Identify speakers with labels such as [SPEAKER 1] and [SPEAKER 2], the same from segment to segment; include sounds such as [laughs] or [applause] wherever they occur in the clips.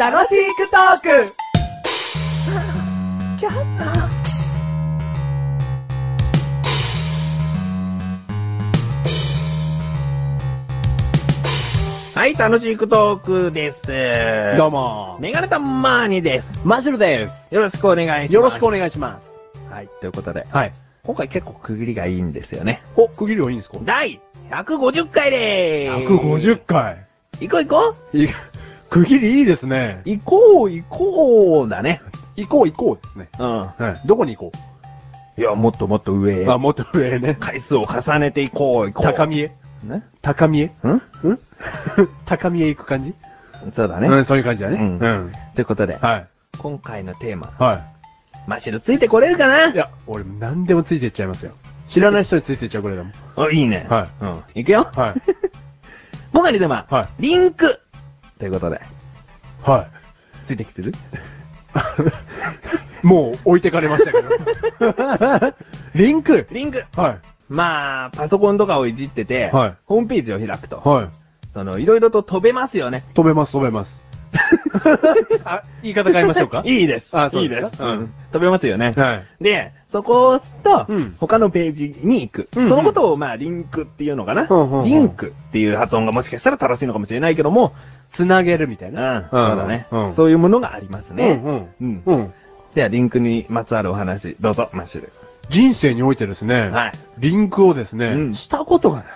[SPEAKER 1] 楽しくトーク
[SPEAKER 2] はい、楽しいクトークです。
[SPEAKER 3] どうも、
[SPEAKER 2] メガネタマーニです。
[SPEAKER 3] マシュルです。
[SPEAKER 2] よろしくお願いします。
[SPEAKER 3] よろしくお願いします。
[SPEAKER 2] はい、ということで、
[SPEAKER 3] はい。
[SPEAKER 2] 今回結構区切りがいいんですよね。
[SPEAKER 3] お、区切りはいいんですか
[SPEAKER 2] 第150回でーす。
[SPEAKER 3] ?150 回。
[SPEAKER 2] 行こう行こ
[SPEAKER 3] い区切りいいですね。
[SPEAKER 2] う行こう行こうだね。
[SPEAKER 3] 行こう行こうですね。
[SPEAKER 2] うん。
[SPEAKER 3] はい。どこに行こ
[SPEAKER 2] いや、もっともっと上へ
[SPEAKER 3] う。あ、。もっと上へね。
[SPEAKER 2] 回数を重ねていこう行こう。
[SPEAKER 3] 高みへ。
[SPEAKER 2] ね。
[SPEAKER 3] 高みへ。
[SPEAKER 2] うん
[SPEAKER 3] ん高みへ行く感じ
[SPEAKER 2] そうだね。
[SPEAKER 3] うん、そういう感じだね。
[SPEAKER 2] うん
[SPEAKER 3] うん。
[SPEAKER 2] ということで、
[SPEAKER 3] はい。
[SPEAKER 2] 今回のテーマ、
[SPEAKER 3] は
[SPEAKER 2] マシルついてこれるか
[SPEAKER 3] い。
[SPEAKER 2] ない
[SPEAKER 3] や、俺何でもついてっちゃいますよ。知らない人についてっちゃうぐらいだ [laughs] もん。
[SPEAKER 2] あ、いいね。。
[SPEAKER 3] はい
[SPEAKER 2] うん。行くよ。
[SPEAKER 3] はい。
[SPEAKER 2] 今回のテーマ、
[SPEAKER 3] は
[SPEAKER 2] リンクということで、
[SPEAKER 3] い。はい。
[SPEAKER 2] ついてきてる
[SPEAKER 3] [laughs] もう置いてかれましたけど。 [laughs] リンク
[SPEAKER 2] リンク
[SPEAKER 3] は
[SPEAKER 2] まあ、パソコンとかをいじってて、
[SPEAKER 3] はい
[SPEAKER 2] ホームページを開くと、
[SPEAKER 3] い。はい。
[SPEAKER 2] その、いろいろと飛べますよね。
[SPEAKER 3] 止めます、止めます。あ、言い方変えましょうか
[SPEAKER 2] [laughs] いいです。
[SPEAKER 3] あそう
[SPEAKER 2] いい
[SPEAKER 3] ですか
[SPEAKER 2] です。う
[SPEAKER 3] うん
[SPEAKER 2] ん。飛べますよね。
[SPEAKER 3] はい。
[SPEAKER 2] で、そこを押すと、
[SPEAKER 3] うん
[SPEAKER 2] 他のページに行く。
[SPEAKER 3] うんうん
[SPEAKER 2] そのことを、まあ、リンクっていうのかな、
[SPEAKER 3] うんうんうん
[SPEAKER 2] リンクっていう発音がもしかしたら正しいのかもしれないけども、
[SPEAKER 3] つなげるみたい
[SPEAKER 2] うん、
[SPEAKER 3] な。
[SPEAKER 2] そうだね、
[SPEAKER 3] うん
[SPEAKER 2] そういうものがありますね。
[SPEAKER 3] うん
[SPEAKER 2] うん
[SPEAKER 3] うん。うん。
[SPEAKER 2] では、リンクにまつわるお話、どうぞ、マッシュル。
[SPEAKER 3] 人生においてですね、
[SPEAKER 2] はい。
[SPEAKER 3] リンクをですね、
[SPEAKER 2] うん
[SPEAKER 3] したことがない。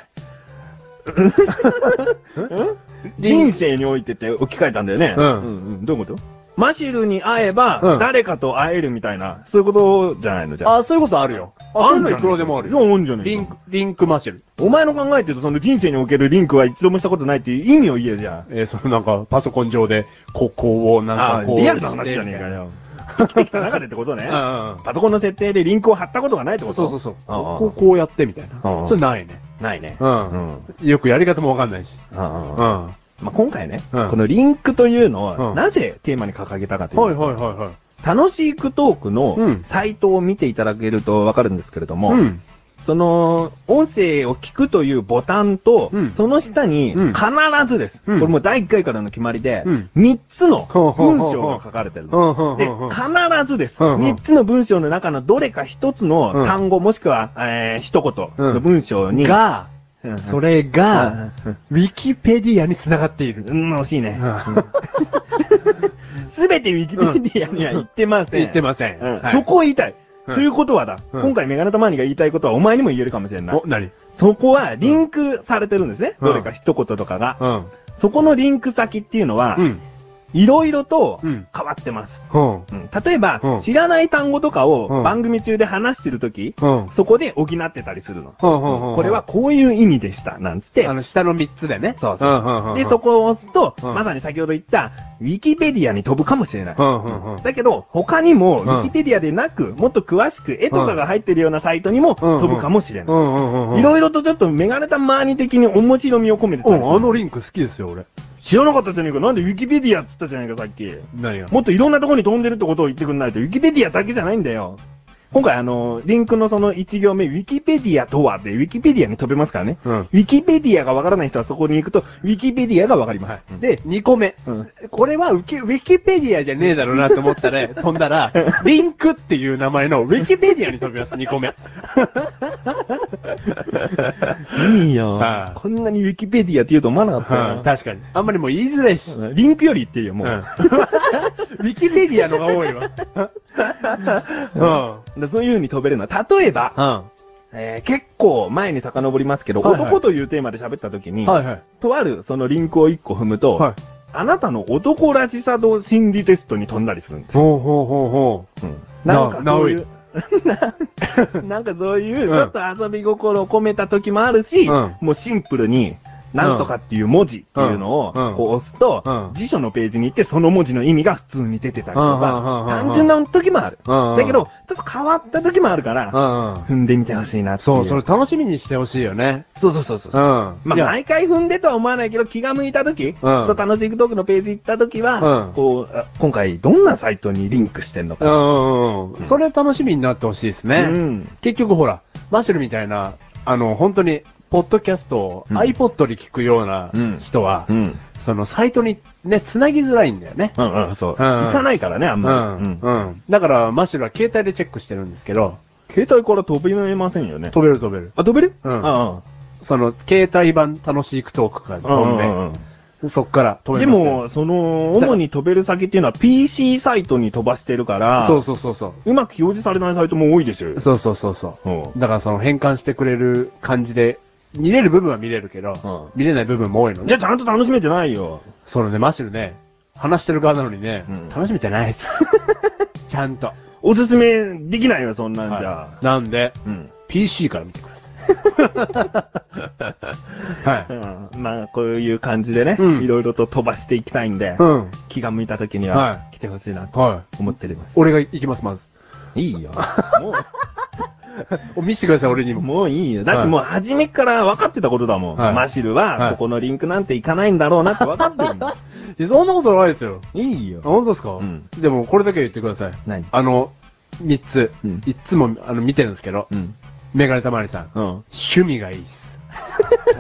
[SPEAKER 3] リン
[SPEAKER 2] 人生においてって置き換えたんだよね。
[SPEAKER 3] うん
[SPEAKER 2] うんうんどういうことマシルに会えば、
[SPEAKER 3] うん
[SPEAKER 2] 誰かと会えるみたいな、そういうことじゃないのじゃあ。
[SPEAKER 3] あ、そういうことあるよ。あ、そういうのいくらでもある
[SPEAKER 2] よ。
[SPEAKER 3] よ。
[SPEAKER 2] いやあんじゃない
[SPEAKER 3] リンク、リンクマシュル。
[SPEAKER 2] お前の考えてると、その人生におけるリンクは一度もしたことないっていう意味を言えじゃ
[SPEAKER 3] えーそのなんか、パソコン上で、ここを
[SPEAKER 2] ん。
[SPEAKER 3] なんかこう。
[SPEAKER 2] リアルな話じゃねえか。よ。生きてきた中でってことね。
[SPEAKER 3] うんうん。
[SPEAKER 2] パソコンの設定でリンクを貼ったことがないってこと
[SPEAKER 3] そうそうそう。
[SPEAKER 2] あ
[SPEAKER 3] こ
[SPEAKER 2] あ
[SPEAKER 3] こをこうやってみたい
[SPEAKER 2] ああ
[SPEAKER 3] な。それないね。
[SPEAKER 2] ないね。
[SPEAKER 3] う。
[SPEAKER 2] うんん。うん
[SPEAKER 3] よくやり方もわかんないし。
[SPEAKER 2] うん
[SPEAKER 3] う
[SPEAKER 2] うん
[SPEAKER 3] ん。
[SPEAKER 2] ま
[SPEAKER 3] は
[SPEAKER 2] あ今回ね、
[SPEAKER 3] うん
[SPEAKER 2] このリンクというのを、
[SPEAKER 3] うん
[SPEAKER 2] なぜテーマに掲げたかと
[SPEAKER 3] い
[SPEAKER 2] いうと
[SPEAKER 3] はいはいはい。
[SPEAKER 2] 楽しいクトークの
[SPEAKER 3] うん
[SPEAKER 2] サイトを見ていただけるとわかるんですけれども、
[SPEAKER 3] うん。
[SPEAKER 2] その、音声を聞くというボタンと、
[SPEAKER 3] うん
[SPEAKER 2] その下に、
[SPEAKER 3] うん
[SPEAKER 2] 必ずです。
[SPEAKER 3] うん
[SPEAKER 2] これもう第1回からの決まりで、
[SPEAKER 3] うん
[SPEAKER 2] 3つの
[SPEAKER 3] ほうほう
[SPEAKER 2] 文
[SPEAKER 3] ほう
[SPEAKER 2] 章
[SPEAKER 3] ほう
[SPEAKER 2] が書かれてる
[SPEAKER 3] う
[SPEAKER 2] の。
[SPEAKER 3] んうんう
[SPEAKER 2] で、
[SPEAKER 3] んうん。
[SPEAKER 2] 必ずで
[SPEAKER 3] う
[SPEAKER 2] す。
[SPEAKER 3] んうん
[SPEAKER 2] 3つの文章の中のどれか1つの
[SPEAKER 3] うん
[SPEAKER 2] 単語、もしくは、えー一言の文章に、
[SPEAKER 3] が、
[SPEAKER 2] うん、
[SPEAKER 3] それが、
[SPEAKER 2] うん、
[SPEAKER 3] ウィキペディアに繋がっている。
[SPEAKER 2] うん、惜しいね。
[SPEAKER 3] 言
[SPEAKER 2] すべてウィキペディアには言ってません。
[SPEAKER 3] ってません。
[SPEAKER 2] うん
[SPEAKER 3] はい
[SPEAKER 2] そこを言いたい。
[SPEAKER 3] うん
[SPEAKER 2] ということはだ、
[SPEAKER 3] うん
[SPEAKER 2] 今回メガネタマーニが言いたいことはお前にも言えるかもしれない
[SPEAKER 3] お、。なに
[SPEAKER 2] そこはリンクされてるんですね。
[SPEAKER 3] うん
[SPEAKER 2] どれか一言とかが。
[SPEAKER 3] うん。
[SPEAKER 2] そこのリンク先っていうのは
[SPEAKER 3] う、ん。
[SPEAKER 2] いろいろと
[SPEAKER 3] う
[SPEAKER 2] 変
[SPEAKER 3] ん
[SPEAKER 2] わってます。
[SPEAKER 3] うん。
[SPEAKER 2] うん例えば、
[SPEAKER 3] うん
[SPEAKER 2] 知らない単語とか
[SPEAKER 3] う
[SPEAKER 2] を
[SPEAKER 3] ん
[SPEAKER 2] 番組中で話してるとき、
[SPEAKER 3] うん。
[SPEAKER 2] そこで補ってたりするの。
[SPEAKER 3] こ
[SPEAKER 2] これは、こういう意味でした、なんつって
[SPEAKER 3] あ。の、下の3つでね。
[SPEAKER 2] そうそ
[SPEAKER 3] うんうんうんう
[SPEAKER 2] う。
[SPEAKER 3] ん
[SPEAKER 2] で、そこを押すと、
[SPEAKER 3] うん
[SPEAKER 2] まさに先ほど言った、ウィキペディアに飛ぶかもしれない。
[SPEAKER 3] うんうんうん。
[SPEAKER 2] だけど、他にも、ウ
[SPEAKER 3] ん
[SPEAKER 2] ィキペディアでなく、もっと詳しく絵とかが入ってるようなサイトにも飛ぶかもしれ
[SPEAKER 3] う
[SPEAKER 2] ない。
[SPEAKER 3] んうんうんうん。
[SPEAKER 2] いろいろとちょっとメガネタマーニ的に面白みを込めてた
[SPEAKER 3] う
[SPEAKER 2] りする
[SPEAKER 3] ん、あのリンク好きですよ、俺。
[SPEAKER 2] 知らなかったじゃねえか。なんでウィキペディアっつったじゃないか、さっき。
[SPEAKER 3] 何が
[SPEAKER 2] もっといろんなところに飛んでるってことを言ってくんないと、ウィキペディアだけじゃないんだよ。今回あの、リンクのその1行目、ウィキペディアとはで、ウィキペディアに飛べますからね。
[SPEAKER 3] うん。
[SPEAKER 2] ウィキペディアがわからない人はそこに行くと、ウィキペディアがわかります。
[SPEAKER 3] で、2個目。
[SPEAKER 2] うん
[SPEAKER 3] これはウキウィキペディアじゃねえだろうなと思
[SPEAKER 2] [laughs]
[SPEAKER 3] ったら、飛んだら、リンクっていう名前のウィキペディアに飛びます、2個目。
[SPEAKER 2] いいよ
[SPEAKER 3] はい
[SPEAKER 2] こんなにウィキペディアって言うと思わなか
[SPEAKER 3] うん
[SPEAKER 2] ったよ
[SPEAKER 3] 確かに。あんまりもう言いづらいし。
[SPEAKER 2] うん。リンクより言っていいよ、も [laughs]
[SPEAKER 3] うんウ
[SPEAKER 2] う。
[SPEAKER 3] ィキペディアのが多い
[SPEAKER 2] [laughs]
[SPEAKER 3] わ。
[SPEAKER 2] でそういう風に飛べるのは、例えば、
[SPEAKER 3] うん。
[SPEAKER 2] えー結構前に遡りますけど、
[SPEAKER 3] はいはい
[SPEAKER 2] 男というテーマで喋った時
[SPEAKER 3] う
[SPEAKER 2] に、
[SPEAKER 3] ん。はいはい。
[SPEAKER 2] とあるそのリンクを1個踏むと、
[SPEAKER 3] はい。
[SPEAKER 2] あなたの男らしさ度心理テストに飛んだりするんです。
[SPEAKER 3] ほうほうほうほ
[SPEAKER 2] なんか
[SPEAKER 3] な
[SPEAKER 2] そういう、な [laughs] なんかそういう、ち
[SPEAKER 3] うん
[SPEAKER 2] ょっと遊び心を込めた時もあるし、
[SPEAKER 3] うん
[SPEAKER 2] もうシンプルに、なんとかっていう文字っていうのを、
[SPEAKER 3] うん
[SPEAKER 2] こう押すと、
[SPEAKER 3] うん
[SPEAKER 2] 辞書のページに行ってその文字の意味が普通に出てたりと
[SPEAKER 3] うんうんうんう、
[SPEAKER 2] か
[SPEAKER 3] ん
[SPEAKER 2] 単純な時もある。
[SPEAKER 3] う。うんうん
[SPEAKER 2] だけど、、ちょっと変わった時もあるか
[SPEAKER 3] う
[SPEAKER 2] ら、
[SPEAKER 3] んうん。
[SPEAKER 2] 踏んでみてほしいなってい
[SPEAKER 3] そう、それ楽しみにしてほしいよね。
[SPEAKER 2] そうそうそうそう
[SPEAKER 3] う。ん。
[SPEAKER 2] まあ、
[SPEAKER 3] いや
[SPEAKER 2] 毎回踏んでとは思わないけど、気が向いたとき、ちょっと楽しいトークのページ行ったときは、
[SPEAKER 3] うん
[SPEAKER 2] こう、あ今回どんなサイトにリンクしてんの
[SPEAKER 3] う
[SPEAKER 2] か。
[SPEAKER 3] んうんうん。それ楽しみになってほしいですね。
[SPEAKER 2] うん
[SPEAKER 3] 結局ほら、マッシュルみたいな、あの、本当に、ポッドキャストを
[SPEAKER 2] うん
[SPEAKER 3] iPod に聞くような人は、
[SPEAKER 2] うん。
[SPEAKER 3] そのサイトにね、繋ぎづらいんだよね。
[SPEAKER 2] うんうん、そう。
[SPEAKER 3] うんうん
[SPEAKER 2] 行かないからね、あんま
[SPEAKER 3] う
[SPEAKER 2] り。
[SPEAKER 3] ん。うん。だから、マシュルは携帯でチェックしてるんですけど、
[SPEAKER 2] 携帯から飛びめませんよね。
[SPEAKER 3] 飛べる飛べる。
[SPEAKER 2] あ、飛べる
[SPEAKER 3] う
[SPEAKER 2] うんん。あ
[SPEAKER 3] その、携帯版楽しいクトークから
[SPEAKER 2] あうんう
[SPEAKER 3] 飛ん
[SPEAKER 2] ん
[SPEAKER 3] で、そっから
[SPEAKER 2] う
[SPEAKER 3] 飛
[SPEAKER 2] ん。
[SPEAKER 3] べ
[SPEAKER 2] で
[SPEAKER 3] ますよ
[SPEAKER 2] も、その、主に飛べる先っていうのは PC サイトに飛ばしてるから、
[SPEAKER 3] そうそうそうそう
[SPEAKER 2] まく表示されないサイトも多いですよ
[SPEAKER 3] う。。そうそうそうそう。
[SPEAKER 2] うん。
[SPEAKER 3] だからその変換してくれる感じで、見れる部分は見れるけど、
[SPEAKER 2] う
[SPEAKER 3] 見れない部分も多いの
[SPEAKER 2] じゃ
[SPEAKER 3] ね。
[SPEAKER 2] あちゃんと楽しめてないよ。
[SPEAKER 3] そのね、マシルね、話してる側なのにね、
[SPEAKER 2] うん
[SPEAKER 3] 楽しみてない
[SPEAKER 2] [laughs]
[SPEAKER 3] です。ちゃんと。
[SPEAKER 2] おすすめできないよ、そんなんじゃ
[SPEAKER 3] は。いなんで、
[SPEAKER 2] うん。
[SPEAKER 3] PC から見てくだ
[SPEAKER 2] [laughs]
[SPEAKER 3] さい。は
[SPEAKER 2] う
[SPEAKER 3] い。
[SPEAKER 2] んまあ、こういう感じでね、
[SPEAKER 3] うん
[SPEAKER 2] いろいろと飛ばしていきたいんで、
[SPEAKER 3] うん。
[SPEAKER 2] 気が向いた時に
[SPEAKER 3] は
[SPEAKER 2] は来てほしいなと
[SPEAKER 3] はい。
[SPEAKER 2] 思っております。
[SPEAKER 3] 俺が行きます、まず。
[SPEAKER 2] いいよ。も
[SPEAKER 3] お見せてください、俺に
[SPEAKER 2] う、
[SPEAKER 3] も。
[SPEAKER 2] もういいよ。だってもう初めから分かってたことだもん。
[SPEAKER 3] はい
[SPEAKER 2] マシル
[SPEAKER 3] はい
[SPEAKER 2] は、ここのリンクなんていかないんだろうなって分かってるもん。
[SPEAKER 3] いやそんなことないですよ。
[SPEAKER 2] いい
[SPEAKER 3] あ
[SPEAKER 2] よ。
[SPEAKER 3] 本当ですか、
[SPEAKER 2] うん
[SPEAKER 3] でも、これだけは言ってください。
[SPEAKER 2] 何
[SPEAKER 3] あの、三つ。
[SPEAKER 2] うん
[SPEAKER 3] いっつも、あの、見てるんですけど、
[SPEAKER 2] うん。
[SPEAKER 3] メガネたまりさん。
[SPEAKER 2] うん。
[SPEAKER 3] 趣味がいいっす。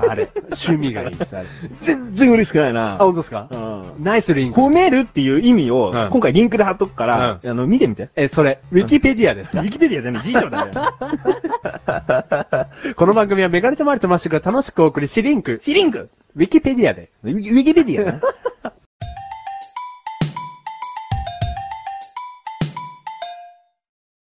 [SPEAKER 3] あれ、趣味がいいっす、あれ。
[SPEAKER 2] 全然嬉しくない
[SPEAKER 3] あ、
[SPEAKER 2] な。
[SPEAKER 3] 本当ですか
[SPEAKER 2] うん。
[SPEAKER 3] ナイスリンク。
[SPEAKER 2] 褒めるっていう意味を、
[SPEAKER 3] うん
[SPEAKER 2] 今回リンクで貼っとくから、あの、見てみて。
[SPEAKER 3] え、それ、ウィキペディアです
[SPEAKER 2] ウ
[SPEAKER 3] か、
[SPEAKER 2] ィキペディアじゃない、辞書だよ。
[SPEAKER 3] この番組はメガネたまりとマッシュが楽しくお送りし、リンク、
[SPEAKER 2] シリンク
[SPEAKER 3] ウィキペディアで。
[SPEAKER 2] ウィキウィキペディアな